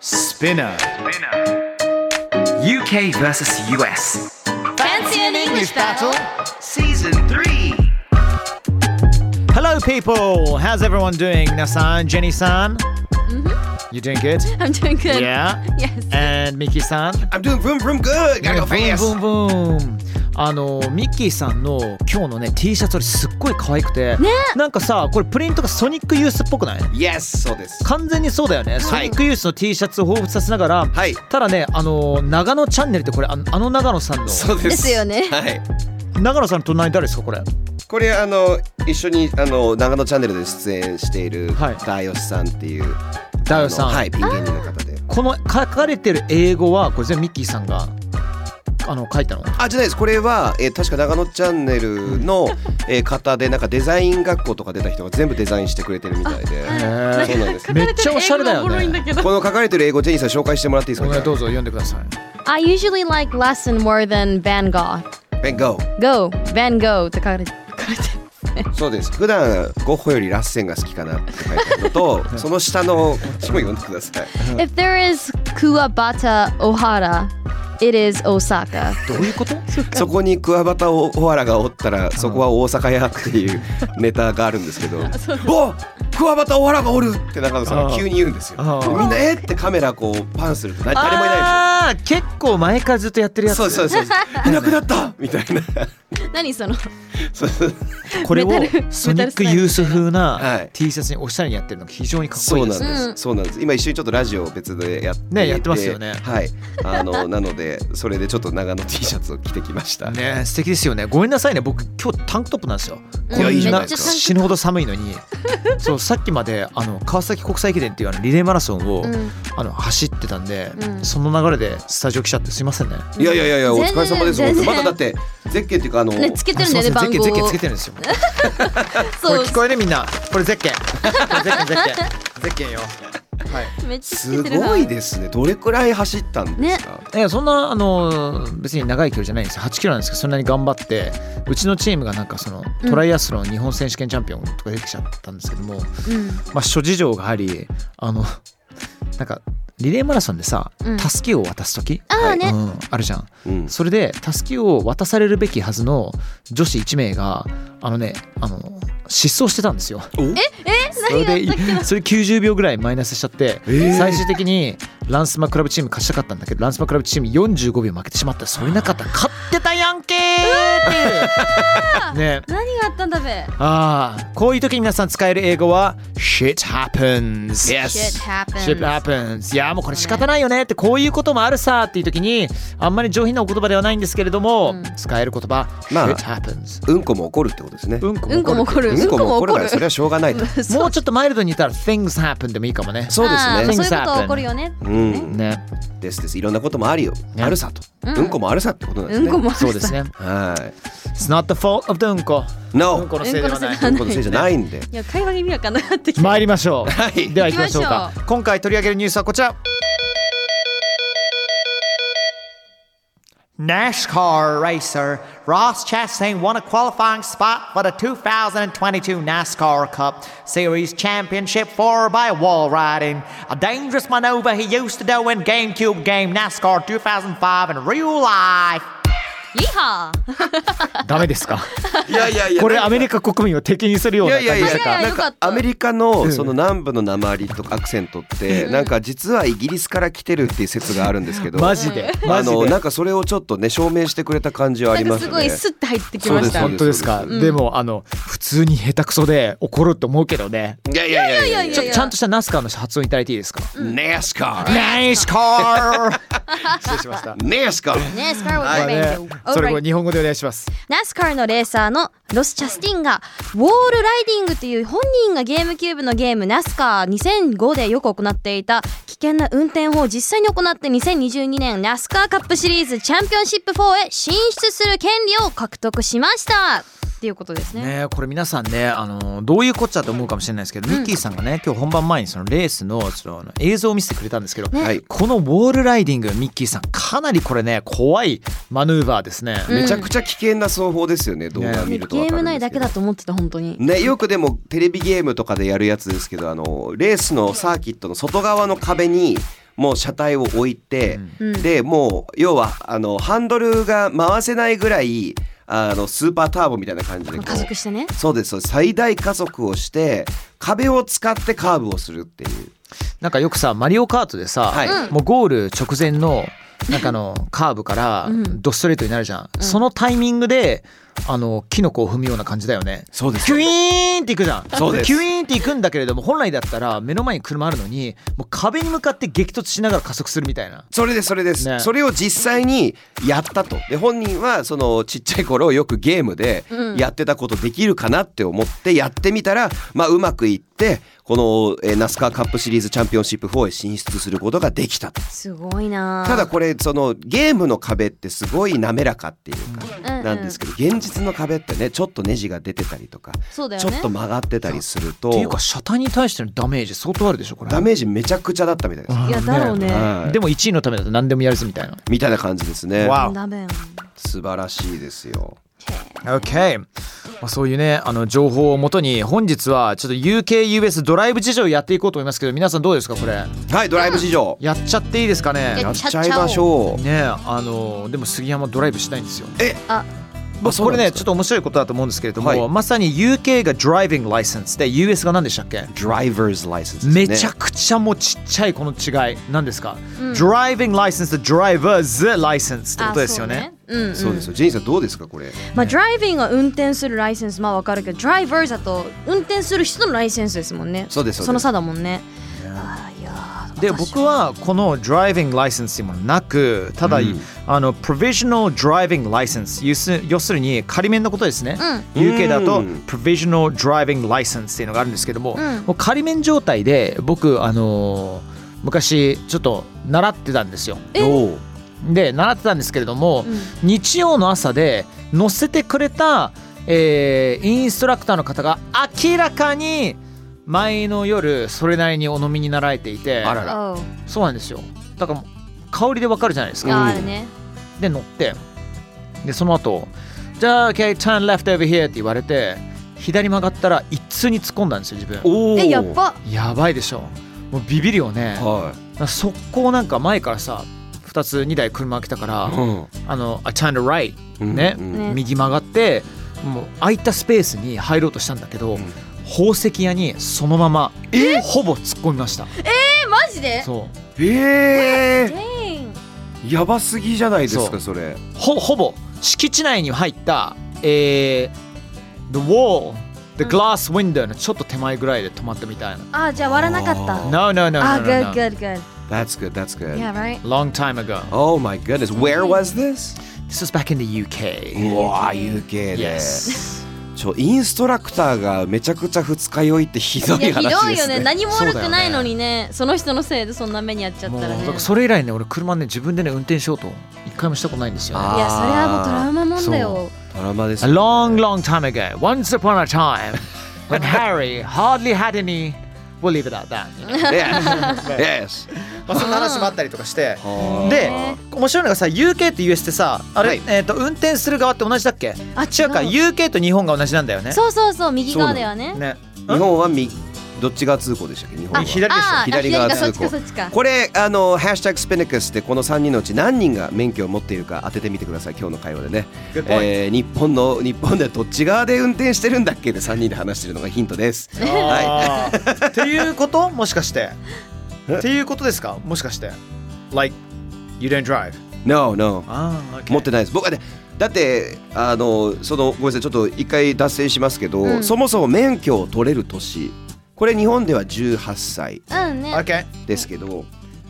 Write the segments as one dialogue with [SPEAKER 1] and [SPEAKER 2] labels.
[SPEAKER 1] Spinner.
[SPEAKER 2] UK versus US.
[SPEAKER 3] Fancy an English battle
[SPEAKER 2] Season 3.
[SPEAKER 1] Hello, people. How's everyone doing? Nasan, Jenny san? Mm-hmm. You doing good?
[SPEAKER 4] I'm doing good.
[SPEAKER 1] Yeah.
[SPEAKER 4] Yes.
[SPEAKER 1] And Miki san?
[SPEAKER 2] I'm doing vroom vroom good. Gotta go fast.
[SPEAKER 1] Boom, boom, boom. あのミッキーさんの今日のね T シャツ俺すっごい可愛くて、
[SPEAKER 4] ね
[SPEAKER 1] なんかさこれプリントがソニックユースっぽくない
[SPEAKER 2] Yes, そうです。
[SPEAKER 1] 完全にそうだよね、ソニックユースの T シャツを彷彿させながら、
[SPEAKER 2] はい
[SPEAKER 1] ただねあの長野チャンネルってこれあのあの長野さんの
[SPEAKER 5] そうです。
[SPEAKER 4] ですよ ね
[SPEAKER 5] はい。
[SPEAKER 1] 長野さんの隣誰ですかこれ
[SPEAKER 5] これあの一緒にあの長野チャンネルで出演している
[SPEAKER 1] はい
[SPEAKER 5] 大吉さんっていう
[SPEAKER 1] ダヨさん、
[SPEAKER 5] あのはいピン芸人の方で。
[SPEAKER 1] この書かれてる英語はこれ全部ミッキーさんがあの書いたの
[SPEAKER 5] あじゃないですこれは、えー確か長野チャンネルの、えー方でなんかデザイン学校とか出た人が全部デザインしてくれてるみたいで、
[SPEAKER 1] はい
[SPEAKER 5] そうなんです
[SPEAKER 1] めっちゃおしゃれだよね
[SPEAKER 5] この書かれてる英語ジェニーさん紹介してもらっていいです
[SPEAKER 1] お願
[SPEAKER 5] か
[SPEAKER 1] いどうぞ読んでください
[SPEAKER 4] I usually like lesson more than Van Gogh.
[SPEAKER 5] ベンゴ
[SPEAKER 4] Go, Van Gogh って書かれてる。
[SPEAKER 5] ーそうです普段ゴッホよりラッセンが好きかなって書いてあるの とその下のこっちも読んでください
[SPEAKER 4] If there is Kuwabata Ohara, it is Osaka.
[SPEAKER 1] どういうこと
[SPEAKER 5] そこにクワバタオオハラがおったらそこは大阪屋っていうネタがあるんですけ ど「おクワバタオハラがおる!」って中野さんが急に言うんですよ
[SPEAKER 1] あー。
[SPEAKER 5] みんな「えっ?」てカメラこうパンすると誰誰もいない
[SPEAKER 1] ああー結構前からずっとやって
[SPEAKER 5] で
[SPEAKER 1] るやつ
[SPEAKER 5] すよ。そうですそうですそうですいなくなったみたいな。
[SPEAKER 4] 何その
[SPEAKER 5] そうそう
[SPEAKER 1] これを
[SPEAKER 4] メタル
[SPEAKER 1] ソニックユース風
[SPEAKER 5] は
[SPEAKER 1] ない T シャツにおしゃれにやってるのが非常にかっこ
[SPEAKER 5] そ
[SPEAKER 1] いういで
[SPEAKER 5] なん
[SPEAKER 1] す
[SPEAKER 5] で
[SPEAKER 1] ね
[SPEAKER 5] す。そうなんです。今一緒にちょっとラジオを別でやっていて
[SPEAKER 1] ねやってますよね
[SPEAKER 5] はい。あの なのでそれでちょっと長野 T シャツを着てきました。
[SPEAKER 1] ね素敵ですよねごめんなさいね僕今日タンクトップなんですよ
[SPEAKER 5] いやいいじゃないですか
[SPEAKER 1] 死ぬほど寒いのにそうさっきまであの川崎国際駅伝っていうあのリレーマラソンを、
[SPEAKER 4] うん
[SPEAKER 1] あの走ってたんで、
[SPEAKER 4] うん
[SPEAKER 1] その流れでスタジオ来ちゃってすいませんね
[SPEAKER 5] いやいやいやいやお疲れ様で
[SPEAKER 4] 全然
[SPEAKER 5] す。
[SPEAKER 4] 全然
[SPEAKER 5] まだだってゼッケンっていうかあの
[SPEAKER 4] ねつけて
[SPEAKER 1] あ
[SPEAKER 4] るん
[SPEAKER 1] すい
[SPEAKER 4] だ
[SPEAKER 1] ま
[SPEAKER 4] よね番
[SPEAKER 1] せんゼッケ
[SPEAKER 4] 号
[SPEAKER 1] ンゼッケン
[SPEAKER 4] を
[SPEAKER 1] つけてるんですよこれ
[SPEAKER 4] そう
[SPEAKER 1] 聞こえるみんなこれゼッケンこれゼッケンゼッケンゼッケンよはい
[SPEAKER 4] めっちゃつけ
[SPEAKER 5] す
[SPEAKER 4] てるな
[SPEAKER 5] ごいですね。どれくらい走ったんですか。
[SPEAKER 1] いやそんなあの別に長い距離じゃないんですよ8キロなんですけどそんなに頑張ってうちのチームがなんかそのトライアスロン日本選手権チャンピオンとかできちゃったんですけども、まあ諸事情がありあのなんかリレーマラソンでさ、
[SPEAKER 4] うん
[SPEAKER 1] タスキを渡す時
[SPEAKER 4] ああね
[SPEAKER 1] うん、あるじゃん、
[SPEAKER 5] うん
[SPEAKER 1] それでタスキを渡されるべきはずの女子1名があのねあの失踪してたんですよそれでそれ90秒ぐらいマイナスしちゃって、最終的にランスマクラブチーム勝ちたかったんだけどランスマクラブチーム45秒負けてしまったそれなかったら勝ってたやんけーっていうね
[SPEAKER 4] 何があったんだべ
[SPEAKER 1] ああこういう時に皆さん使える英語は Shit happens
[SPEAKER 4] Shit happens
[SPEAKER 1] Shit happens いやもうこれ仕方ないよねってこういうこともあるさっていう時にあんまり上品なお言葉ではないんですけれども、使える言葉、
[SPEAKER 5] まあ
[SPEAKER 1] Shit happens
[SPEAKER 5] うんこも怒るってことですね。
[SPEAKER 1] うんこ
[SPEAKER 4] うんこも
[SPEAKER 1] もこ
[SPEAKER 4] 怒
[SPEAKER 1] る
[SPEAKER 4] る
[SPEAKER 5] うんこも怒るから それはしょうがないと。
[SPEAKER 1] もうちょっとマイルドに言ったら Things happen でもいいかもね
[SPEAKER 5] そう
[SPEAKER 4] あ
[SPEAKER 5] で
[SPEAKER 4] ーそうい
[SPEAKER 5] すね。
[SPEAKER 4] うことは起こるよね
[SPEAKER 5] うん、
[SPEAKER 1] ね
[SPEAKER 5] ですです。いろんなこともあるよ。
[SPEAKER 1] ね
[SPEAKER 5] あるさと。うんこもあるさってことなんです
[SPEAKER 4] う
[SPEAKER 5] ね。
[SPEAKER 4] んこも
[SPEAKER 1] そうですね。
[SPEAKER 5] は
[SPEAKER 1] It's not the fault of the うんこ。
[SPEAKER 5] い。No。
[SPEAKER 1] うんこの
[SPEAKER 4] せ
[SPEAKER 1] せい
[SPEAKER 4] い
[SPEAKER 1] で
[SPEAKER 4] で
[SPEAKER 1] は
[SPEAKER 4] は
[SPEAKER 1] な
[SPEAKER 4] ないい。
[SPEAKER 5] うんこのせいじゃないんで。
[SPEAKER 4] いや会話が意味わかんなくなってきた
[SPEAKER 1] 参りましょう。
[SPEAKER 5] はい
[SPEAKER 1] では行きましょうか
[SPEAKER 4] 行き。
[SPEAKER 1] 今回取り上げるニュースはこちら。NASCAR racer Ross Chastain won a qualifying spot for the 2022 NASCAR Cup Series Championship 4 by wall riding, a dangerous maneuver he used to do in GameCube game NASCAR 2005 in real life.
[SPEAKER 4] イハー
[SPEAKER 1] ダメですか
[SPEAKER 5] いやいやいや。
[SPEAKER 1] これアメリカ国民を敵にするよう
[SPEAKER 5] い
[SPEAKER 1] な
[SPEAKER 5] や
[SPEAKER 1] 感
[SPEAKER 5] い
[SPEAKER 1] じ
[SPEAKER 5] や
[SPEAKER 1] で
[SPEAKER 5] い
[SPEAKER 1] し
[SPEAKER 5] や
[SPEAKER 1] た
[SPEAKER 4] いやいや
[SPEAKER 1] か
[SPEAKER 5] な
[SPEAKER 4] よ
[SPEAKER 5] ん
[SPEAKER 4] か
[SPEAKER 5] か
[SPEAKER 4] った
[SPEAKER 5] アメリカのその南部の鉛とかアクセントってなんか実はイギリスから来てるっていう説があるんですけど
[SPEAKER 1] マジでマ
[SPEAKER 5] あ
[SPEAKER 1] ジ
[SPEAKER 5] の
[SPEAKER 1] で
[SPEAKER 5] なんかそれをちょっとね証明してくれた感じはあり
[SPEAKER 4] なん
[SPEAKER 5] ま
[SPEAKER 4] か
[SPEAKER 5] す
[SPEAKER 4] す
[SPEAKER 5] ね
[SPEAKER 4] ごいスッて入ってきまし
[SPEAKER 5] そ
[SPEAKER 4] た
[SPEAKER 5] う
[SPEAKER 1] 本当ですか、
[SPEAKER 5] そう
[SPEAKER 1] でもあの普通に下手くそで怒ると思うけどね
[SPEAKER 5] いやいやいやいや
[SPEAKER 4] いやいや
[SPEAKER 1] ちょちゃんとしたナスカーの発音いただいていいですか、
[SPEAKER 5] NASCAR
[SPEAKER 1] ナイスカー失礼しました。
[SPEAKER 5] ネスカ
[SPEAKER 4] ね、スカー
[SPEAKER 1] まあ
[SPEAKER 4] は
[SPEAKER 1] ね
[SPEAKER 4] Revenge。
[SPEAKER 1] それも
[SPEAKER 4] Alright
[SPEAKER 1] 日本語でお願いします。
[SPEAKER 4] NASCAR のレーサーのロス・チャスティンがウォールライディングという本人がゲームキューブのゲーム NASCAR2005 でよく行っていた危険な運転法を実際に行って2022年 NASCAR カップシリーズチャンピオンシップ4へ進出する権利を獲得しましたっていうことですね。
[SPEAKER 1] ねこれ皆さんねあのどういうこっちゃと思うかもしれないですけど、ミッキーさんがね今日本番前にそのレースのちょっとあの映像を見せてくれたんですけど、
[SPEAKER 5] はい
[SPEAKER 1] このウォールライディングミッキーさんかなりこれね怖いマヌーバーですね。
[SPEAKER 4] ん
[SPEAKER 5] めちゃくちゃ危険な走法ですよね動画
[SPEAKER 4] ね
[SPEAKER 5] 見
[SPEAKER 4] ゲ
[SPEAKER 5] るとわか
[SPEAKER 4] ー
[SPEAKER 5] る
[SPEAKER 4] ム
[SPEAKER 5] ん
[SPEAKER 4] 内
[SPEAKER 5] です
[SPEAKER 4] だ
[SPEAKER 5] け
[SPEAKER 4] け
[SPEAKER 5] ど
[SPEAKER 4] だと思ってた本当に。
[SPEAKER 5] ね、よくでもテレビゲームとかでやるやつですけどあのレースのサーキットの外側の壁にもう車体を置いて、
[SPEAKER 4] うん
[SPEAKER 5] でもう要はあのハンドルが回せないぐらいあのスーパーターボみたいな感じでこう
[SPEAKER 4] 加速してね。
[SPEAKER 5] そうですそうです最大加速をして壁を使ってカーブをするっていう
[SPEAKER 1] なんかよくさマリオカートでさ、
[SPEAKER 5] はいうん
[SPEAKER 1] もうゴール直前のなんかあ のカーブから
[SPEAKER 4] うん
[SPEAKER 1] ドストレートになるじゃん、そのタイミングであのキノコを踏むような感じだよね
[SPEAKER 5] そうで
[SPEAKER 1] キュイーンっていくじゃん
[SPEAKER 5] そうです
[SPEAKER 1] キュイーンっていくんだけれども本来だったら目の前に車あるのにもう壁に向かって激突しながら加速するみたいな
[SPEAKER 5] それですそれです、
[SPEAKER 1] ね
[SPEAKER 5] それを実際にやったとで本人はそのちっちゃい頃よくゲームで
[SPEAKER 4] うん
[SPEAKER 5] やってたことできるかなって思ってやってみたら、まあ、うまくいってこの、えーナスカーカップシリーズチャンピオンシップ4へ進出することができたと
[SPEAKER 4] すごいなあ。
[SPEAKER 5] ただこれそのゲームの壁ってすごい滑らかっていうか、
[SPEAKER 4] れ
[SPEAKER 5] なんですけど現実の壁ってねちょっとネジが出てたりとか、
[SPEAKER 4] そうだよ
[SPEAKER 5] ちょ
[SPEAKER 4] ね。
[SPEAKER 5] っと曲がってたりすると
[SPEAKER 1] っていうか車体に対してのダメージ相当あるでしょこれ
[SPEAKER 5] ダメージめちゃくちゃだったみたいです、
[SPEAKER 1] うん
[SPEAKER 4] いやだろうね。
[SPEAKER 5] はい
[SPEAKER 1] でも1位のためだと何でもやるぜみたいな
[SPEAKER 5] みたいな感じですね
[SPEAKER 1] わ
[SPEAKER 4] ダメよ。
[SPEAKER 5] 素晴らしいですよ
[SPEAKER 1] OK、まあ、そういうねあの情報をもとに本日はちょっと UKUS ドライブ事情をやっていこうと思いますけど皆さんどうですかこれ
[SPEAKER 5] はいドライブ市場、
[SPEAKER 1] やっちゃっていいですかね
[SPEAKER 4] や
[SPEAKER 5] や
[SPEAKER 4] っ
[SPEAKER 5] っ
[SPEAKER 4] ち
[SPEAKER 5] ち
[SPEAKER 4] ゃ
[SPEAKER 5] ゃ
[SPEAKER 4] っち
[SPEAKER 5] い
[SPEAKER 4] ゃおう
[SPEAKER 5] ましょう
[SPEAKER 1] ねあのでも杉山ドライブしないんですよ
[SPEAKER 5] え
[SPEAKER 4] あ
[SPEAKER 1] 僕
[SPEAKER 5] そう
[SPEAKER 1] こ
[SPEAKER 5] な
[SPEAKER 1] れ
[SPEAKER 5] んで
[SPEAKER 1] ね
[SPEAKER 5] すか
[SPEAKER 1] ちょっと面白いことだと思うんですけれども、
[SPEAKER 5] はい
[SPEAKER 1] まさに UK が driving license で US が何でしたっけ
[SPEAKER 5] ドライバーズライセンス
[SPEAKER 1] めちゃくちゃもうちっちゃいこの違い何ですか、
[SPEAKER 4] うん
[SPEAKER 1] driving license と driver's license ってことですよね
[SPEAKER 4] あ。そううん、うん。
[SPEAKER 5] そうですよジェニーさんどうですかこれ
[SPEAKER 4] まあ、ドライビングは運転するライセンスまあわかるけどドライバーだと運転する人のライセンスですもんね
[SPEAKER 5] そうですそうです
[SPEAKER 4] の差だもんねあーいやー
[SPEAKER 1] で
[SPEAKER 4] 私
[SPEAKER 1] 僕はこの driving license もなくただ、
[SPEAKER 5] うん
[SPEAKER 1] あの provisional driving license 要す要するに仮免のことですね、
[SPEAKER 5] うん
[SPEAKER 1] UK だと
[SPEAKER 5] うん
[SPEAKER 1] provisional driving license っていうのがあるんですけども,、
[SPEAKER 4] うん
[SPEAKER 1] もう仮免状態で僕あのー昔ちょっと習ってたんですよ
[SPEAKER 4] え
[SPEAKER 5] おう
[SPEAKER 1] で習ってたんですけれども、
[SPEAKER 4] うん
[SPEAKER 1] 日曜の朝で乗せてくれた、えーインストラクターの方が明らかに前の夜それなりにお飲みになられていて
[SPEAKER 5] あらら
[SPEAKER 4] あー
[SPEAKER 1] そうなんですよだからもう香りでわかるじゃないです
[SPEAKER 4] あー
[SPEAKER 1] か、
[SPEAKER 4] あるね
[SPEAKER 1] で乗ってでその後じゃあ OK turn left over here って言われて左曲がったら一通に突っ込んだんですよ自分
[SPEAKER 5] おう
[SPEAKER 4] えやっぱ
[SPEAKER 1] やばいでしょもうビビるよね
[SPEAKER 5] は
[SPEAKER 1] だから速攻なんか前からさ2つ2台車来たから
[SPEAKER 5] い、うん
[SPEAKER 1] あの I turned right ね、
[SPEAKER 5] うん
[SPEAKER 4] ね
[SPEAKER 1] 右曲がってもう空いたスペースに入ろうとしたんだけど、
[SPEAKER 5] うん
[SPEAKER 1] 宝石屋にそのままほぼ突っ込みました
[SPEAKER 4] えマジで
[SPEAKER 1] そう
[SPEAKER 5] え
[SPEAKER 4] ジ
[SPEAKER 5] ー、
[SPEAKER 4] ェーン
[SPEAKER 5] やばすぎじゃないです
[SPEAKER 1] そう
[SPEAKER 5] かそれ
[SPEAKER 1] ほほぼ敷地内に入った、えー、The wall The glass window のちょっと手前ぐらいで止まったみたいな
[SPEAKER 4] あーじゃあ割らなかった
[SPEAKER 5] あ
[SPEAKER 1] No no no no,
[SPEAKER 4] あ
[SPEAKER 1] no,
[SPEAKER 4] ー good
[SPEAKER 1] no,
[SPEAKER 4] good good
[SPEAKER 5] That's good that's good
[SPEAKER 4] yeah right
[SPEAKER 1] Long time ago
[SPEAKER 5] Oh my goodness where was this?
[SPEAKER 1] This was back in the UK
[SPEAKER 5] うわ UK で
[SPEAKER 1] Yes
[SPEAKER 5] ちょインストラクターがめちゃくちゃ二日酔いってひど
[SPEAKER 4] いや
[SPEAKER 5] い
[SPEAKER 4] ひど
[SPEAKER 5] 話で
[SPEAKER 4] いよ
[SPEAKER 5] す
[SPEAKER 4] ね
[SPEAKER 5] ね
[SPEAKER 4] 何も悪くないのにねその人のせいでそんな目にやっちゃった
[SPEAKER 1] もう
[SPEAKER 4] らねいやそ
[SPEAKER 1] だか
[SPEAKER 4] れ
[SPEAKER 1] らそれ以来ね俺車ね自分でね運転しようと一回もしたことないんですよね
[SPEAKER 5] あ
[SPEAKER 4] はもうトラウマもんだ
[SPEAKER 1] そ
[SPEAKER 4] よ
[SPEAKER 5] ドラマです
[SPEAKER 1] A long, long time ago, once upon a time, when Harry hardly had any. We'll leave it at that. you know.
[SPEAKER 5] Yes
[SPEAKER 1] まあそんな話もあったりとかして。
[SPEAKER 5] Yes
[SPEAKER 1] で、面白いのがさ、UK と US ってさ、あれ、えっ、と運転する側って同じだっけ？
[SPEAKER 4] あ違う
[SPEAKER 1] 違うか、UK と日本が同じなんだよね。
[SPEAKER 4] そうそうそう右側だよね
[SPEAKER 1] ね。
[SPEAKER 5] 日本はみどっちが通行でしたっけ日本
[SPEAKER 1] あ
[SPEAKER 5] は
[SPEAKER 1] 左でし
[SPEAKER 4] あー
[SPEAKER 5] 左側
[SPEAKER 4] あそっ
[SPEAKER 5] 通
[SPEAKER 4] ちか
[SPEAKER 5] 行
[SPEAKER 4] そっちか
[SPEAKER 5] これあの「ハッシュタグスペネクス」でこの3人のうち何人が免許を持っているか当ててみてください今日の会話でね、
[SPEAKER 1] ょ。Good point
[SPEAKER 5] えー、日本の日本ではどっち側で運転してるんだっけで3人で話してるのがヒントですは
[SPEAKER 1] あー っていうこともしかして？っていうことですか？もしかして？Like you don't drive?
[SPEAKER 5] い No No
[SPEAKER 1] ああ、
[SPEAKER 5] 持ってないです僕はねだってあのそのごめんなさいちょっと一回脱線しますけど、
[SPEAKER 4] うん
[SPEAKER 5] そもそも免許を取れる年これ日本では18歳
[SPEAKER 4] うんね
[SPEAKER 1] OK。
[SPEAKER 5] ですけど、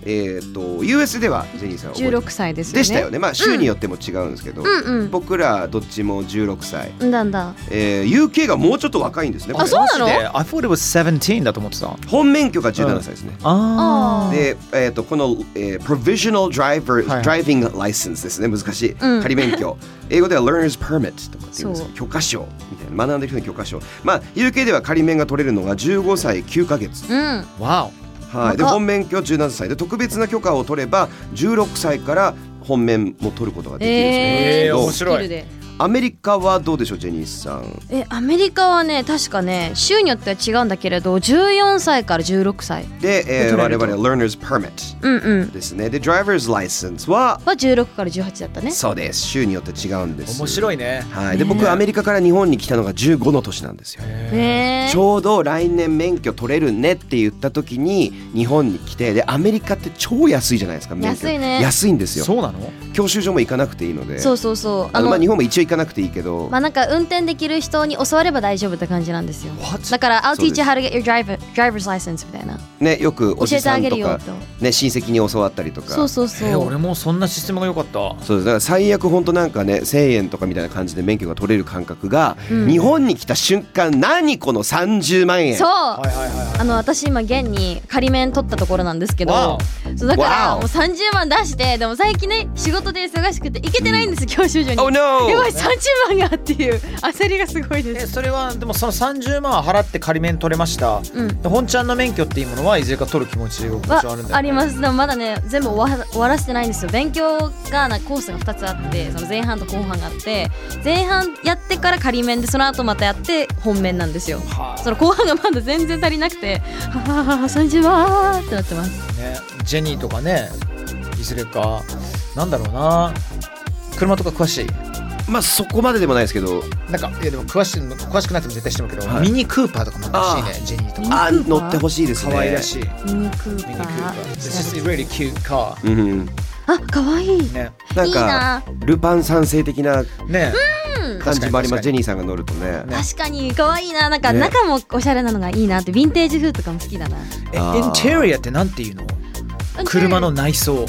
[SPEAKER 5] えっと US ではジェニーさん覚えて
[SPEAKER 4] 16歳ですよね
[SPEAKER 5] でしたよねまあ州によっても違うんですけど、
[SPEAKER 4] うん
[SPEAKER 5] 僕らどっちも16歳、
[SPEAKER 4] うんなんだ
[SPEAKER 5] えー UK がもうちょっと若いんですね
[SPEAKER 4] あそうなの
[SPEAKER 1] マジで I thought it was 17だと思ってた
[SPEAKER 5] 本免許が17歳ですね、
[SPEAKER 1] あー
[SPEAKER 5] で、えー、とこの、えー、Provisional Driver、
[SPEAKER 1] はい
[SPEAKER 5] Driving License ですね難しい、
[SPEAKER 4] うん
[SPEAKER 5] 仮免 許英語では Learner's Permit とかっていうんです
[SPEAKER 4] そう
[SPEAKER 5] けど許可証みたいな学んでる人の許可証まあ UK では仮免が取れるのが15歳9ヶ月、
[SPEAKER 4] うん
[SPEAKER 1] わ
[SPEAKER 5] はい、で
[SPEAKER 4] 若っ
[SPEAKER 5] 本免許17歳で特別な許可を取れば16歳から本免も取ることができるんですね、
[SPEAKER 4] え
[SPEAKER 1] えー
[SPEAKER 4] ー、
[SPEAKER 1] 面白い
[SPEAKER 4] スキルで
[SPEAKER 5] アメリカはどうでしょうジェニーさん
[SPEAKER 4] えアメリカはね確かね州によっては違うんだけれど14歳から16歳
[SPEAKER 5] で、えー、
[SPEAKER 1] 取れ
[SPEAKER 5] 我
[SPEAKER 1] ると
[SPEAKER 5] 々は Learner's Permit
[SPEAKER 4] うんうん
[SPEAKER 5] ですねで Driver's License は
[SPEAKER 4] は16から18だったね
[SPEAKER 5] そうです州によって違うんで
[SPEAKER 1] ー
[SPEAKER 5] す
[SPEAKER 1] 面白いね
[SPEAKER 5] はい、で僕アメリカから日本に来たのが15の年なんですよ。
[SPEAKER 4] ね
[SPEAKER 5] ちょうど来年免許取れるねって言った時に日本に来てでアメリカって超安いじゃないですか免許
[SPEAKER 4] 安いね
[SPEAKER 5] 安いんですよ
[SPEAKER 1] そうなの
[SPEAKER 5] 教習所も行かなくていいので
[SPEAKER 4] そうそうそう
[SPEAKER 5] あ
[SPEAKER 4] あ
[SPEAKER 5] の
[SPEAKER 4] の
[SPEAKER 5] まあ、日本も一応行かなくていいけど、
[SPEAKER 4] まあなんか運転できる人に教われば大丈夫って感じなんですよ
[SPEAKER 1] What?
[SPEAKER 4] だから「I'll
[SPEAKER 5] そうで
[SPEAKER 4] teach
[SPEAKER 5] す
[SPEAKER 4] you how to get your driver, driver's license」みたいな
[SPEAKER 5] ね、よくお
[SPEAKER 4] 教
[SPEAKER 5] じ
[SPEAKER 4] えて
[SPEAKER 5] さ
[SPEAKER 4] あ
[SPEAKER 5] ん
[SPEAKER 4] げ
[SPEAKER 5] と
[SPEAKER 4] るよ
[SPEAKER 5] か
[SPEAKER 4] と、
[SPEAKER 5] ね、親戚に教わったりとか
[SPEAKER 4] そうそうそ
[SPEAKER 1] えー
[SPEAKER 4] う、
[SPEAKER 1] 俺もそんなシステムが良かった
[SPEAKER 5] そうですだから最悪本当なんかね1,000円とかみたいな感じで免許が取れる感覚が、
[SPEAKER 4] うん
[SPEAKER 5] 日本に来た瞬間何この30万円
[SPEAKER 4] そう、
[SPEAKER 1] はいはいはい
[SPEAKER 4] あの私今現に仮免取ったところなんですけど
[SPEAKER 1] わ
[SPEAKER 4] そうだか
[SPEAKER 5] わ
[SPEAKER 4] ら
[SPEAKER 5] お
[SPEAKER 4] もう30万出してでも最近ね仕事で忙しくて行けてないんです、教習所に、
[SPEAKER 5] Oh no!
[SPEAKER 4] やばい30万がっていう焦りがすごいで
[SPEAKER 1] え
[SPEAKER 4] す
[SPEAKER 1] それはでもその30万払って仮免取れました、
[SPEAKER 4] うん
[SPEAKER 1] で本ちゃんの免許っていうものはいずれか取る気持ちが
[SPEAKER 4] わ
[SPEAKER 1] あるんだよね
[SPEAKER 4] ありますでもまだね全部終わ終わらせてないんですよ勉強がなコースが2つあってその前半と後半があって前半やってから仮免でその後またやって本面なんですよ
[SPEAKER 1] は
[SPEAKER 4] その後半がまだ全然足りなくてはあ30万ってなってます
[SPEAKER 1] あねジェニーとかねいずれかなんだろうな車とか詳しい
[SPEAKER 5] まあそこまででもないですけど
[SPEAKER 1] なんかいやでも詳しいの詳しくなくても絶対してるけど、
[SPEAKER 5] はい
[SPEAKER 1] ミニクーパーとかも詳しいねジェニーとか
[SPEAKER 5] あ
[SPEAKER 4] ミニクーパー
[SPEAKER 5] 乗ってほしいですね
[SPEAKER 1] 可愛らしいミ
[SPEAKER 4] ミニクー
[SPEAKER 1] ニクー
[SPEAKER 4] パ
[SPEAKER 1] パ
[SPEAKER 4] ー
[SPEAKER 1] ー This is a really cute car
[SPEAKER 5] うん、
[SPEAKER 4] あ可愛いい
[SPEAKER 1] ね
[SPEAKER 5] なん
[SPEAKER 4] いい
[SPEAKER 5] か
[SPEAKER 4] な
[SPEAKER 5] ルパン三世的な
[SPEAKER 1] ね
[SPEAKER 5] 感じもありますジェ
[SPEAKER 1] 確かに
[SPEAKER 5] ニーさんが乗るとね
[SPEAKER 1] ね
[SPEAKER 4] 確かに可愛いななんか
[SPEAKER 5] ね
[SPEAKER 4] 中もおしゃれなのがいいなってヴィンテージ風とかも好きだな
[SPEAKER 1] え
[SPEAKER 5] あー
[SPEAKER 1] インテリアってなんていうの車の内装
[SPEAKER 4] インテ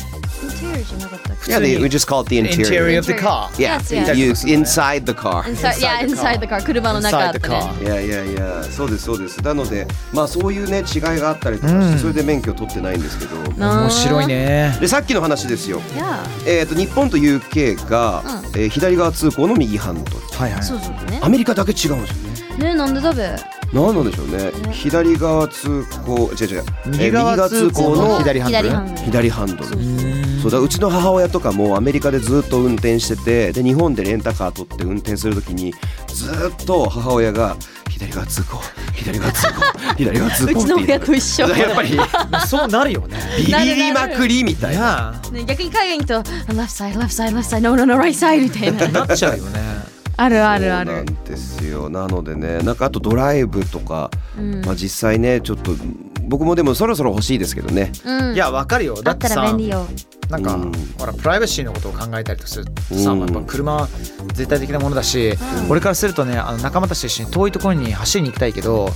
[SPEAKER 4] リアじゃなかったっけ
[SPEAKER 5] Yeah, they, we just call it the
[SPEAKER 1] インテ
[SPEAKER 5] interior.
[SPEAKER 1] リア of the car
[SPEAKER 5] Yeah,
[SPEAKER 4] Yes,
[SPEAKER 5] you
[SPEAKER 1] yes.
[SPEAKER 5] inside the car.
[SPEAKER 4] Inside, yeah, inside the
[SPEAKER 1] Inside the
[SPEAKER 4] car 車の中ってね
[SPEAKER 1] Inside the car
[SPEAKER 5] いやいやいや、そうですそうです。なので、まあそういうね違いがあったりとかして、
[SPEAKER 1] うん
[SPEAKER 5] それで免許取ってないんですけど。
[SPEAKER 4] なあ
[SPEAKER 1] 面白いね
[SPEAKER 5] でさっきの話ですよ。
[SPEAKER 4] いや
[SPEAKER 5] えっ、と日本と UK が、えー左側通行の右ハンドル。
[SPEAKER 1] はいはい
[SPEAKER 4] そうそうね
[SPEAKER 5] アメリカだけ違うんですよね。
[SPEAKER 4] ねなんでだべ
[SPEAKER 5] なんなんでしょうね。左側通行、違う違う。えー
[SPEAKER 1] 右側通
[SPEAKER 5] 右側
[SPEAKER 1] 行
[SPEAKER 5] 通
[SPEAKER 1] の
[SPEAKER 5] 行の
[SPEAKER 1] 左ハンドル
[SPEAKER 5] 左ハンドル。
[SPEAKER 1] うん
[SPEAKER 5] そうだうちの母親とかもアメリカでずっと運転しててで日本でレンタカー取って運転するときにずっと母親が左側通行左側通行 左側通
[SPEAKER 4] う
[SPEAKER 5] 行って
[SPEAKER 4] ちの
[SPEAKER 5] 言いな
[SPEAKER 4] 親
[SPEAKER 5] が
[SPEAKER 4] と一緒
[SPEAKER 5] らやっぱり
[SPEAKER 1] そうなるよね
[SPEAKER 5] ビビりまくりみたいな。
[SPEAKER 1] や
[SPEAKER 4] ね逆に海外に行くと left side left side left side no no no right side みたいな
[SPEAKER 1] なっちゃうよね
[SPEAKER 4] あるあるあ
[SPEAKER 5] そう
[SPEAKER 4] る
[SPEAKER 5] なんですよなのでねなんかあとドライブとか、
[SPEAKER 4] うん
[SPEAKER 5] まあ、実際ねちょっと僕もでもそろそろ欲しいですけどね
[SPEAKER 4] うん
[SPEAKER 1] いやわかるよ
[SPEAKER 4] あ
[SPEAKER 1] だ
[SPEAKER 4] っ
[SPEAKER 1] って
[SPEAKER 4] たら
[SPEAKER 1] さ
[SPEAKER 4] 便利よ
[SPEAKER 1] なんか
[SPEAKER 5] うん
[SPEAKER 1] ほらプライバシーのことを考えたりとするとさ
[SPEAKER 5] うん
[SPEAKER 1] やっぱ車は絶対的なものだし俺からするとねあの仲間たちと一緒に遠いところに走りに行きたいけど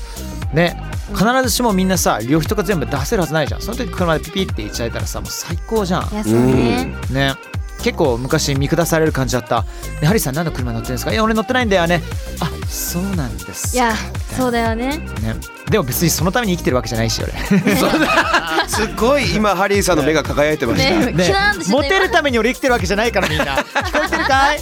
[SPEAKER 1] ね必ずしもみんなさ旅費とか全部出せるはずないじゃんその時車でピピって行っちゃえたらさもう最高じゃん
[SPEAKER 4] いやそうね
[SPEAKER 1] ね結構昔見下される感じだった「ねハリーさん何の車乗ってるんですか?」「いや俺乗ってないんだよね」「あそうなんです
[SPEAKER 4] い
[SPEAKER 1] か
[SPEAKER 4] やそうだよね
[SPEAKER 1] ね、でも別にそのために生きてるわけじゃないし俺
[SPEAKER 5] すごい今ハリーさんの目が輝いてました、
[SPEAKER 4] ねキラーンとして
[SPEAKER 1] モテるために俺生きてるわけじゃないからみん な聞こえてるかい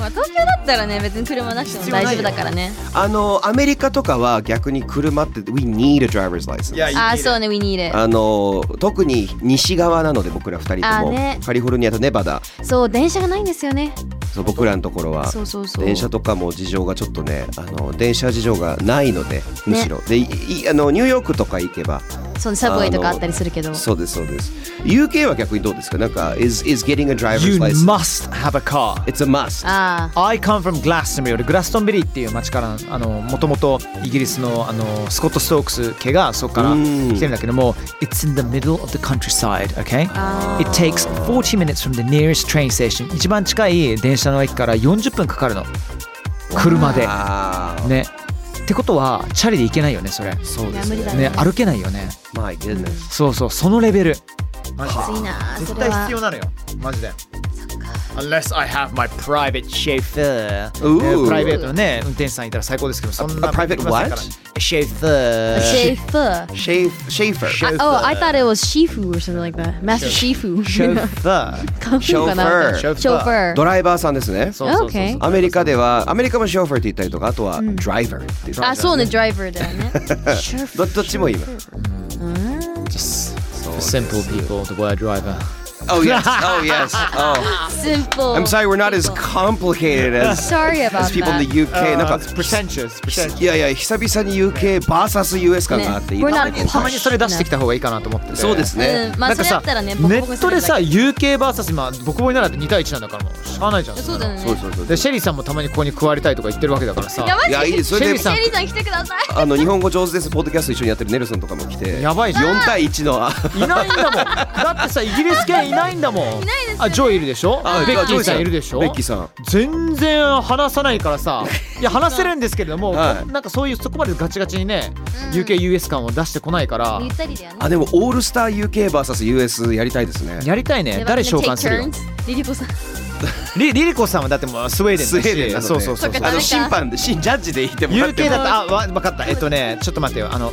[SPEAKER 4] まあ東京だったらね別に車なくても大丈夫だからね
[SPEAKER 5] あのアメリカとかは逆に車って「We need a driver's license」
[SPEAKER 1] や
[SPEAKER 4] ああそうね We need it
[SPEAKER 5] あの特に西側なので僕ら二人と
[SPEAKER 4] あー
[SPEAKER 5] も、
[SPEAKER 4] ね
[SPEAKER 5] カリフォルニアとネバダ
[SPEAKER 4] そう電車がないんですよね
[SPEAKER 5] そう僕らのところは
[SPEAKER 4] そうそうそう
[SPEAKER 5] 電車とかも事情がちょっとねあの電車事情がないのでむしろ、でいいあのニューヨークとか行けば
[SPEAKER 4] そのサブウェイとかあったりするけど
[SPEAKER 5] そうですそうです UK は逆にどうですかなんか「is, is getting a
[SPEAKER 1] You
[SPEAKER 5] driver's license
[SPEAKER 1] must have a car
[SPEAKER 5] it's a must
[SPEAKER 4] ああ
[SPEAKER 1] I come from Glastonbury 俺グラストンベリーっていう町からあのもともとイギリスのあのスコット・ストークス家がそこから来てるんだけども It's in the middle of the countryside okay It takes 40 minutes from the nearest train station 一番近い電車の駅から40分かかるの車で
[SPEAKER 5] あー
[SPEAKER 1] ねってことはチャリで行けないよねそれ
[SPEAKER 5] そうで
[SPEAKER 4] いや無
[SPEAKER 5] す
[SPEAKER 4] 理だ
[SPEAKER 5] ね
[SPEAKER 4] ね
[SPEAKER 1] ね歩けないよね
[SPEAKER 5] My goodness
[SPEAKER 1] そうそうそのレベル
[SPEAKER 4] ついなそ
[SPEAKER 1] 絶
[SPEAKER 4] れ
[SPEAKER 1] 対
[SPEAKER 4] は
[SPEAKER 1] 必要なのよマジで Unless I have my private chauffeur
[SPEAKER 5] おー
[SPEAKER 1] えープライベートのね運転手さんいたら最高ですけどそんな
[SPEAKER 5] A- a private
[SPEAKER 1] できませんか
[SPEAKER 5] what?
[SPEAKER 1] ら chauffeur
[SPEAKER 4] Shave fur.
[SPEAKER 5] Shave Shafer
[SPEAKER 4] I- Oh, I thought it was Shifu or something like that. Master Shifu.
[SPEAKER 1] chauffeur
[SPEAKER 4] 買うかな
[SPEAKER 5] Chauffeur.
[SPEAKER 4] ショーファー。
[SPEAKER 5] ドライバーさんですね
[SPEAKER 1] そうそうそうそう
[SPEAKER 4] Okay
[SPEAKER 5] アメリカではアメリカもショーファーって言ったりとかあとはドライバーって言ったり
[SPEAKER 4] あ、そうね、ドライバーだよね。
[SPEAKER 5] どどっちも今
[SPEAKER 1] Just simple people the word driver
[SPEAKER 5] Oh yes Oh yes Oh
[SPEAKER 4] Simple.
[SPEAKER 5] I'm sorry we're not as complicated as
[SPEAKER 4] Sorry about
[SPEAKER 5] as people in
[SPEAKER 4] that.
[SPEAKER 5] the UK なんか
[SPEAKER 1] pretentious
[SPEAKER 5] いやいや久々に UKVSUS 感があって
[SPEAKER 4] ね
[SPEAKER 5] 今
[SPEAKER 4] We're not
[SPEAKER 1] たまにそれ出してきた方がいいかなと思ってて
[SPEAKER 5] そうですね
[SPEAKER 4] うん、まあ
[SPEAKER 1] なん
[SPEAKER 4] そ
[SPEAKER 1] か
[SPEAKER 4] れ
[SPEAKER 1] さ
[SPEAKER 4] だったらね、ボコ
[SPEAKER 1] ネ
[SPEAKER 4] ボコ
[SPEAKER 1] ッ
[SPEAKER 4] する
[SPEAKER 1] トでさ
[SPEAKER 4] だけ
[SPEAKER 1] UKVS 今ボコボコにならって2対1なんだからもうしゃあないじゃん
[SPEAKER 4] そうだよね。
[SPEAKER 5] そうそうそう
[SPEAKER 1] でシェリーさんもたまにここに加わりたいとか言ってるわけだからさ
[SPEAKER 4] やばい
[SPEAKER 5] いやいいですそ
[SPEAKER 1] シェ
[SPEAKER 5] れ
[SPEAKER 1] リ
[SPEAKER 5] で
[SPEAKER 1] ー
[SPEAKER 4] シ
[SPEAKER 1] さん
[SPEAKER 4] ェリーさん来てください。
[SPEAKER 5] あの日本語上手ですポッドキャスト一緒にやってるネルソンとかも来て
[SPEAKER 1] やばいじゃん
[SPEAKER 5] 4対1のあ
[SPEAKER 1] いないんだもんだってさイギリス圏いないんだもん
[SPEAKER 4] ない
[SPEAKER 1] い
[SPEAKER 4] ですよね
[SPEAKER 1] あジョーいるでしょ
[SPEAKER 5] あ
[SPEAKER 1] ベッキ
[SPEAKER 5] ジョ
[SPEAKER 1] ー
[SPEAKER 5] イさ
[SPEAKER 1] さ
[SPEAKER 5] ん
[SPEAKER 1] んいるでしょ
[SPEAKER 5] ベッキーさん
[SPEAKER 1] 全然話さないからさいや話せるんですけれども、
[SPEAKER 5] はい
[SPEAKER 1] なんかそういうそこまでガチガチにね、
[SPEAKER 4] うん
[SPEAKER 1] UKUS 感を出してこない
[SPEAKER 5] Ah.
[SPEAKER 1] から
[SPEAKER 4] ゆったりだよね
[SPEAKER 5] あ。でもオールスター UKVSUS やりたいですね
[SPEAKER 1] やりたいね誰召喚するよ
[SPEAKER 4] Take turns リリ コさん。
[SPEAKER 1] リリリコさんはだってもうスウェーデンだし
[SPEAKER 5] スウェーデンなのね
[SPEAKER 1] そうそうそう
[SPEAKER 4] そっダ
[SPEAKER 5] あ
[SPEAKER 4] メ
[SPEAKER 5] の
[SPEAKER 4] か
[SPEAKER 5] 審判で審ジャッジで言ってもらって
[SPEAKER 1] UK
[SPEAKER 5] も
[SPEAKER 1] だったあわ分かったえっとねちょっと待ってよあの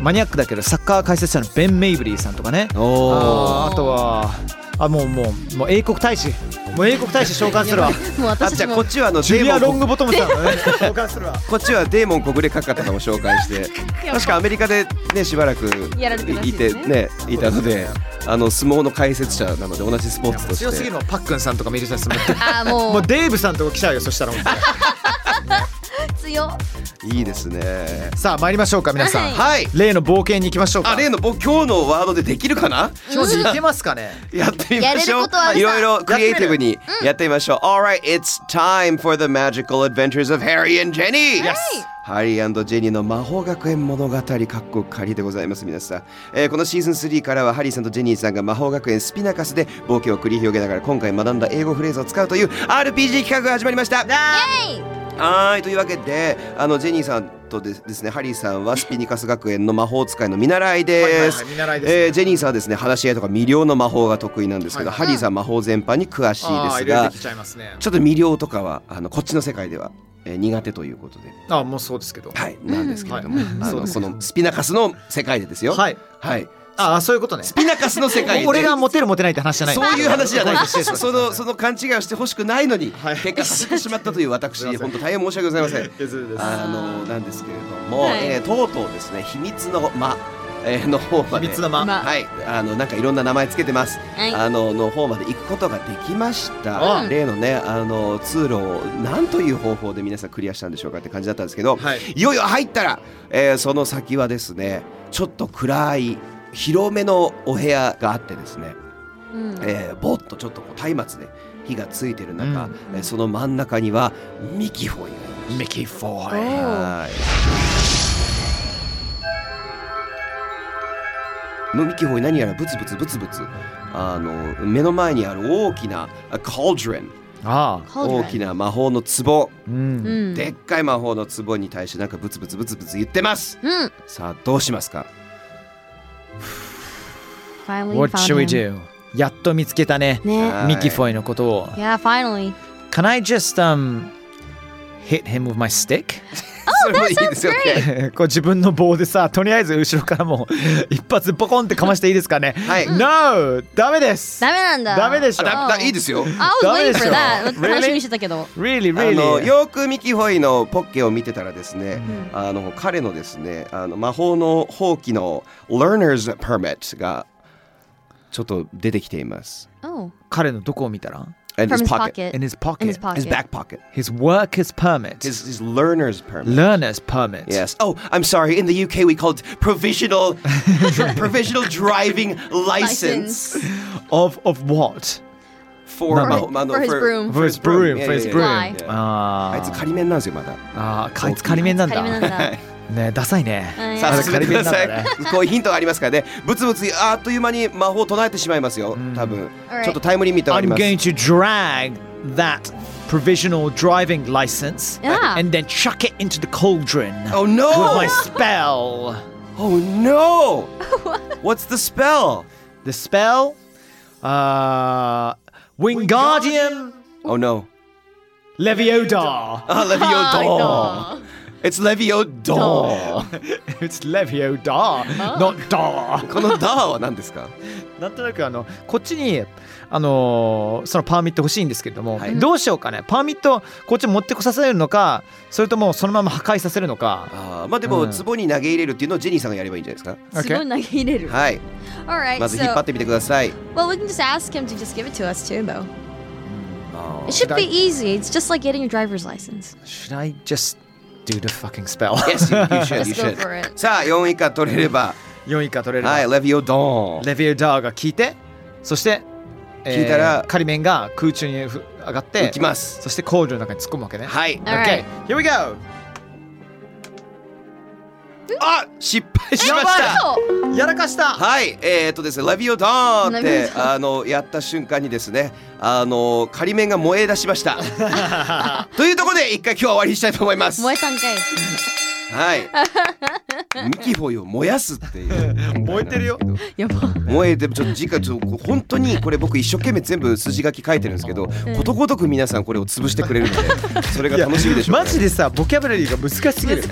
[SPEAKER 1] マニアックだけどサッカー解説者のベン・メイブリーさんとかね
[SPEAKER 5] おー
[SPEAKER 1] あーあとはあもうもうもう英国大使もう英国大使召喚す るわ
[SPEAKER 4] もう
[SPEAKER 5] あ
[SPEAKER 4] 私た
[SPEAKER 5] じ
[SPEAKER 4] ち
[SPEAKER 5] ゃあこ
[SPEAKER 4] も
[SPEAKER 5] っ。ちはあの
[SPEAKER 1] ジュ
[SPEAKER 5] デ
[SPEAKER 1] リア・
[SPEAKER 5] ー
[SPEAKER 1] ロ
[SPEAKER 5] モ
[SPEAKER 1] ン
[SPEAKER 5] ン
[SPEAKER 1] グボトムさ んのね召喚するわ
[SPEAKER 5] こっちはデーモン小暮閣下とかも紹介して確かアメリカでねしばらく
[SPEAKER 4] やられてたらし
[SPEAKER 5] い
[SPEAKER 4] い
[SPEAKER 5] て
[SPEAKER 4] です
[SPEAKER 5] ねいたのであの相撲の解説者なので同じスポーツと
[SPEAKER 1] 強すぎ
[SPEAKER 5] し
[SPEAKER 1] る
[SPEAKER 5] て
[SPEAKER 1] のパックンさんとかもいるじゃんす
[SPEAKER 4] あー、
[SPEAKER 1] も
[SPEAKER 4] も
[SPEAKER 1] う
[SPEAKER 4] う
[SPEAKER 1] デーブさんとか来ちゃうよそしたらもう
[SPEAKER 4] 強。
[SPEAKER 5] いいですね
[SPEAKER 1] さあ参りましょうか皆さん、
[SPEAKER 5] はいはい
[SPEAKER 1] 例の冒険に行きましょうか
[SPEAKER 5] あ例の僕今日のワードでできるかな
[SPEAKER 1] 庄司いけますかね
[SPEAKER 5] やってみま
[SPEAKER 4] やれ
[SPEAKER 5] し
[SPEAKER 4] る
[SPEAKER 5] ょ
[SPEAKER 4] ことはあ
[SPEAKER 5] う。
[SPEAKER 4] る
[SPEAKER 5] い
[SPEAKER 4] さ
[SPEAKER 5] ろいろクリエイティブにやってみましょう。Alright, it's time for the magical adventures of Harry and Jenny! Yes! ハリージェニーの魔法学園物語かっこ仮でございます皆さん、えーこのシーズン3からはハリーさんとジェニーさんが魔法学園スピナカスで冒険を繰り広げながら今回学んだ英語フレーズを使うという RPG 企画が始まりました
[SPEAKER 4] イエ
[SPEAKER 5] はいというわけであのジェニーさんとでですねハリーさんはスピニカス学園の魔法使いの見習いです
[SPEAKER 1] はいはいはい見習いですね
[SPEAKER 5] えージェニーさんはですね話し合いとか魅了の魔法が得意なんですけど、ハリーさんは魔法全般に詳しい
[SPEAKER 1] あー
[SPEAKER 5] です
[SPEAKER 1] いろいろ
[SPEAKER 5] が
[SPEAKER 1] できちゃいますね
[SPEAKER 5] ちょっと魅了とかはあのこっちの世界では、えー苦手ということで
[SPEAKER 1] あもうそうですけど
[SPEAKER 5] はいなんですけれども、
[SPEAKER 1] うんはい
[SPEAKER 5] あ
[SPEAKER 1] そう
[SPEAKER 5] の
[SPEAKER 1] です
[SPEAKER 5] こ
[SPEAKER 1] ね
[SPEAKER 5] のスピナカスの世界でですよ
[SPEAKER 1] はい、
[SPEAKER 5] はい、
[SPEAKER 1] ああそういうことね
[SPEAKER 5] スピナカスの世界で
[SPEAKER 1] 俺がモテるモテないって話じゃない
[SPEAKER 5] そういう話じゃないです
[SPEAKER 1] そ
[SPEAKER 5] そのその勘違いをしてほしくないのに、結果外れてしまったという私本当大変申し訳ございませんあのなんですけれども、
[SPEAKER 4] はい
[SPEAKER 5] えーとうとうですね秘密の間、えーの方ま
[SPEAKER 1] 秘
[SPEAKER 5] で
[SPEAKER 1] 密の間、
[SPEAKER 4] ま
[SPEAKER 5] はい、あのなんかいろんな名前つけてます。
[SPEAKER 4] はい
[SPEAKER 5] あのの方まで行くことができました。
[SPEAKER 1] うん
[SPEAKER 5] 例のね、あの通路をなんという方法で皆さんクリアしたんでしょうかって感じだったんですけど、
[SPEAKER 1] はい
[SPEAKER 5] い、よいよ入ったら、えーその先はですね、ちょっと暗い広めのお部屋があってですね、
[SPEAKER 4] イうん
[SPEAKER 5] えーぼっとちょっとこう松明で火がついてる中、
[SPEAKER 1] うん
[SPEAKER 5] えーその真ん中にはミキホイがいます。
[SPEAKER 1] ミキフォ
[SPEAKER 4] おー
[SPEAKER 5] はい。のみきほい何やらブツブツブツブツあの目の前にある大きな cauldron
[SPEAKER 1] ああ
[SPEAKER 4] カウド
[SPEAKER 5] 大
[SPEAKER 4] ラ
[SPEAKER 5] きな魔法の壺、
[SPEAKER 1] うん
[SPEAKER 4] うん。
[SPEAKER 5] でっかい魔法の壺に対してなんかブツブツブツブツ言ってます
[SPEAKER 4] うん。
[SPEAKER 5] さあどうしますか
[SPEAKER 4] Finally
[SPEAKER 1] What
[SPEAKER 4] found
[SPEAKER 1] should we
[SPEAKER 4] him.
[SPEAKER 1] do? やっと見つけたね
[SPEAKER 4] ね。
[SPEAKER 5] はい
[SPEAKER 1] ミキフォイのことを
[SPEAKER 4] Yeah, finally.
[SPEAKER 1] Can I just um hit him with my stick?
[SPEAKER 5] それもい いですよね
[SPEAKER 1] こう自分の棒でさとりあえず後ろからもう 一発ボコンってかましていいですかね
[SPEAKER 5] はい
[SPEAKER 1] No! ダメです
[SPEAKER 4] ダメなんだ。
[SPEAKER 1] ダメでし
[SPEAKER 5] あ
[SPEAKER 1] ょ
[SPEAKER 5] だだいいですよ
[SPEAKER 4] I was waiting
[SPEAKER 1] ダメでし
[SPEAKER 4] for
[SPEAKER 1] ょ
[SPEAKER 4] that.
[SPEAKER 1] Really？
[SPEAKER 4] 楽しみにしてたけど。
[SPEAKER 1] Really
[SPEAKER 5] あ
[SPEAKER 1] really
[SPEAKER 5] のよくミキホイのポッケを見てたらですね、あの彼のですねあの魔法の放棄の Learner's Permit がちょっと出てきています。
[SPEAKER 4] Oh.
[SPEAKER 1] 彼のどこを見たら
[SPEAKER 5] In
[SPEAKER 4] From
[SPEAKER 5] his
[SPEAKER 4] his
[SPEAKER 5] pocket.
[SPEAKER 4] pocket.
[SPEAKER 1] In his pocket
[SPEAKER 4] In his pocket.
[SPEAKER 5] His back pocket.
[SPEAKER 1] His work is permit
[SPEAKER 5] His, his learner's permit.
[SPEAKER 1] Learner's permit
[SPEAKER 5] Yes. Oh, I'm sorry. In the UK, we call it provisional, provisional driving license
[SPEAKER 1] Of, of what?
[SPEAKER 5] for
[SPEAKER 1] まあまあ
[SPEAKER 5] まああの
[SPEAKER 4] For his broom.
[SPEAKER 1] For his broom For his
[SPEAKER 5] Yeah, yeah,
[SPEAKER 1] broom
[SPEAKER 5] yeah, yeah.
[SPEAKER 1] あ
[SPEAKER 5] あいつ仮面なんですよまだ。
[SPEAKER 1] ーあーあいつ仮面なんだ
[SPEAKER 4] 仮面なんだ。
[SPEAKER 1] ねダサいね
[SPEAKER 4] うん
[SPEAKER 5] さ
[SPEAKER 4] あ
[SPEAKER 5] あ
[SPEAKER 4] れ
[SPEAKER 5] 進めてください
[SPEAKER 1] 仮面な ん。
[SPEAKER 5] こういうヒントがありますからね。ぶつぶつあっという間に魔法を唱えてしまいますよ。多分
[SPEAKER 4] うん
[SPEAKER 5] ちょっとタイムリミットがあり
[SPEAKER 1] I'm
[SPEAKER 5] ます。
[SPEAKER 1] going to drag that provisional driving license
[SPEAKER 4] Yeah.
[SPEAKER 1] and then chuck it into the cauldron
[SPEAKER 5] Oh no!
[SPEAKER 1] with my spell.
[SPEAKER 5] Oh no! What's the spell?
[SPEAKER 1] The spell, uh, Wingardium
[SPEAKER 5] Oh no.
[SPEAKER 1] Levioda.
[SPEAKER 5] Ah, Levioda! It's Levioda!
[SPEAKER 1] it's Levioda, not Da.
[SPEAKER 5] この「だ」は何ですか
[SPEAKER 1] なんとなくあのこっちにあのーそのパーミット欲しいんですけれども、
[SPEAKER 5] はい
[SPEAKER 1] どうしようかねパーミットこっち持ってこさせるのかそれともそのまま破壊させるのか。
[SPEAKER 5] あーまあでも、
[SPEAKER 1] うん
[SPEAKER 5] 壺に投げ入れるっていうのをジェニーさんがやればいいんじゃないです
[SPEAKER 1] Okay.
[SPEAKER 4] すごい投げ入れる。
[SPEAKER 5] かはい、
[SPEAKER 4] Alright,
[SPEAKER 5] まず引っ張
[SPEAKER 4] so
[SPEAKER 5] ってみてください
[SPEAKER 4] well we can just ask him to just give it to us too though.
[SPEAKER 5] あ
[SPEAKER 4] It
[SPEAKER 5] ー
[SPEAKER 4] should be easy. It's just like getting your driver's license.
[SPEAKER 1] Should I just do the fucking spell?
[SPEAKER 5] Yes, you, you should, you
[SPEAKER 4] Let's go
[SPEAKER 5] should.
[SPEAKER 4] for it.
[SPEAKER 5] さあ、4以下取れれば、
[SPEAKER 1] 4位以下取れる。
[SPEAKER 5] はい、レビオドーン。
[SPEAKER 1] レビューダーが聞いてそして、
[SPEAKER 5] 聞いたら
[SPEAKER 1] 仮面が空中にふ上がって
[SPEAKER 5] いきます。
[SPEAKER 1] そしてコールの中に突っ込むわけね。
[SPEAKER 5] はい。
[SPEAKER 4] Alright.
[SPEAKER 1] Okay, here we go!
[SPEAKER 5] あ失敗しまし
[SPEAKER 1] や
[SPEAKER 5] た
[SPEAKER 1] やらかした
[SPEAKER 5] はい、えー、っとですね、レビオドーンっ
[SPEAKER 4] レビ
[SPEAKER 5] て
[SPEAKER 4] オ、ドーン
[SPEAKER 5] あの、やった瞬間にですね、あの、仮面が燃え出しました。 というところで、一回今日は終わりにしたいと思います。は
[SPEAKER 4] 燃えたんかい。
[SPEAKER 5] い。ミキホイを燃やすっていう。
[SPEAKER 1] 燃えてるよ。
[SPEAKER 4] やば。
[SPEAKER 5] 萌えてちょっと次回ちょっと本当にこれ僕一生懸命全部筋書き書いてるんですけど、ことごとく皆さんこれを潰してくれるのでそれが楽しみでしょう、ね、
[SPEAKER 1] マジでさボキャブラリーが難しすぎる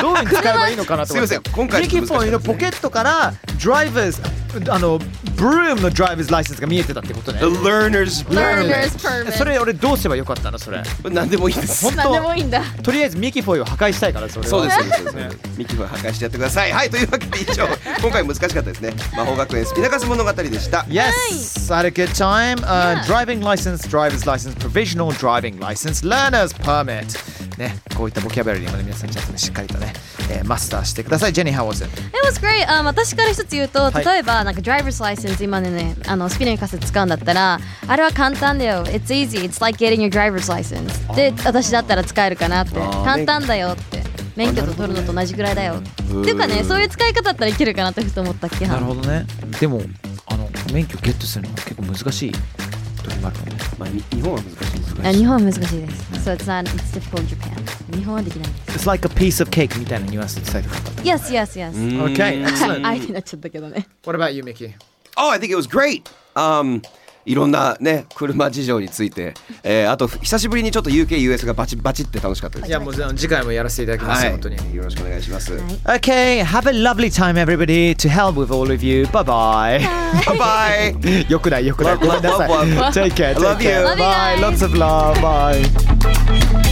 [SPEAKER 1] どうに使えばいいのかなと思って
[SPEAKER 5] すいません今回
[SPEAKER 1] ミ
[SPEAKER 5] ちょっ
[SPEAKER 1] キ
[SPEAKER 5] と難
[SPEAKER 1] ポ
[SPEAKER 5] し
[SPEAKER 1] イ
[SPEAKER 5] かったですね
[SPEAKER 1] のポケットからドライバーズあのブルームのドライバーズライセンスが見えてたってことね
[SPEAKER 5] The learner's
[SPEAKER 4] Learner's
[SPEAKER 5] permit
[SPEAKER 4] permit.
[SPEAKER 1] それ俺どうすればよかったのそれ
[SPEAKER 5] 何でもいいです
[SPEAKER 1] 本
[SPEAKER 4] なんでもいいんだ。
[SPEAKER 1] 当とりあえずミキポイを破壊したいからそれは
[SPEAKER 5] そうですそうですそうですミキは破壊してやってくださいはいというわけで以 上今回難しかったですね魔法学園スピナカス物語でした
[SPEAKER 1] Yes, had a good time. Uh, Driving license, driver's license, provisional driving license, learner's permit. ね、こういったボキャブラリーまで皆さんちゃんとねしっかりとね、えーマスターしてください。ジェニー・ハワーズ。
[SPEAKER 4] It was great. あ私から一つ言うと、
[SPEAKER 1] はい
[SPEAKER 4] 例えばなんか driver's license 今ねあのスピナーカス使うんだったら、あれは簡単だよ。It's easy. It's like getting your driver's license. で私だったら使えるかなって。
[SPEAKER 5] ー
[SPEAKER 4] 簡単だよって。免許と取るのと同じぐらいだよ。っていうかね、そういう使い方だったらいけるかなってふと思ったっけ。
[SPEAKER 1] なるほどね。でも、あの、免許ゲットするの結構難しい時もあるのね。
[SPEAKER 5] まあに日本は難しいです
[SPEAKER 4] あ日本は難しいです。So it's not it's difficult in Japan. 日本はできない。
[SPEAKER 1] It's like a piece of cake みたいなニュアンスで伝えてくれた。
[SPEAKER 4] Yes, yes, yes.
[SPEAKER 1] Okay,
[SPEAKER 4] あ
[SPEAKER 1] excellent.
[SPEAKER 4] えてなっちゃったけどね。
[SPEAKER 1] What about you, Mickey?
[SPEAKER 5] Oh, I think it was great! Um, いろんなね車事情について、えー、あと久しぶりにちょっと UKUS がバチバチって楽しかったです
[SPEAKER 1] いや、もう次回もやらせていただきます、本当に。
[SPEAKER 5] よろしくお願いします。バイ
[SPEAKER 1] Okay, have a lovely time, everybody. To hell with all of you. Bye bye.
[SPEAKER 5] バイ。
[SPEAKER 1] よくないよくない。ごめんなさい
[SPEAKER 5] Love, love, love.。
[SPEAKER 1] Take care.
[SPEAKER 5] Love
[SPEAKER 1] Take care.
[SPEAKER 5] you.
[SPEAKER 4] Love you
[SPEAKER 1] Bye.
[SPEAKER 4] guys.
[SPEAKER 1] Lots of love. Bye.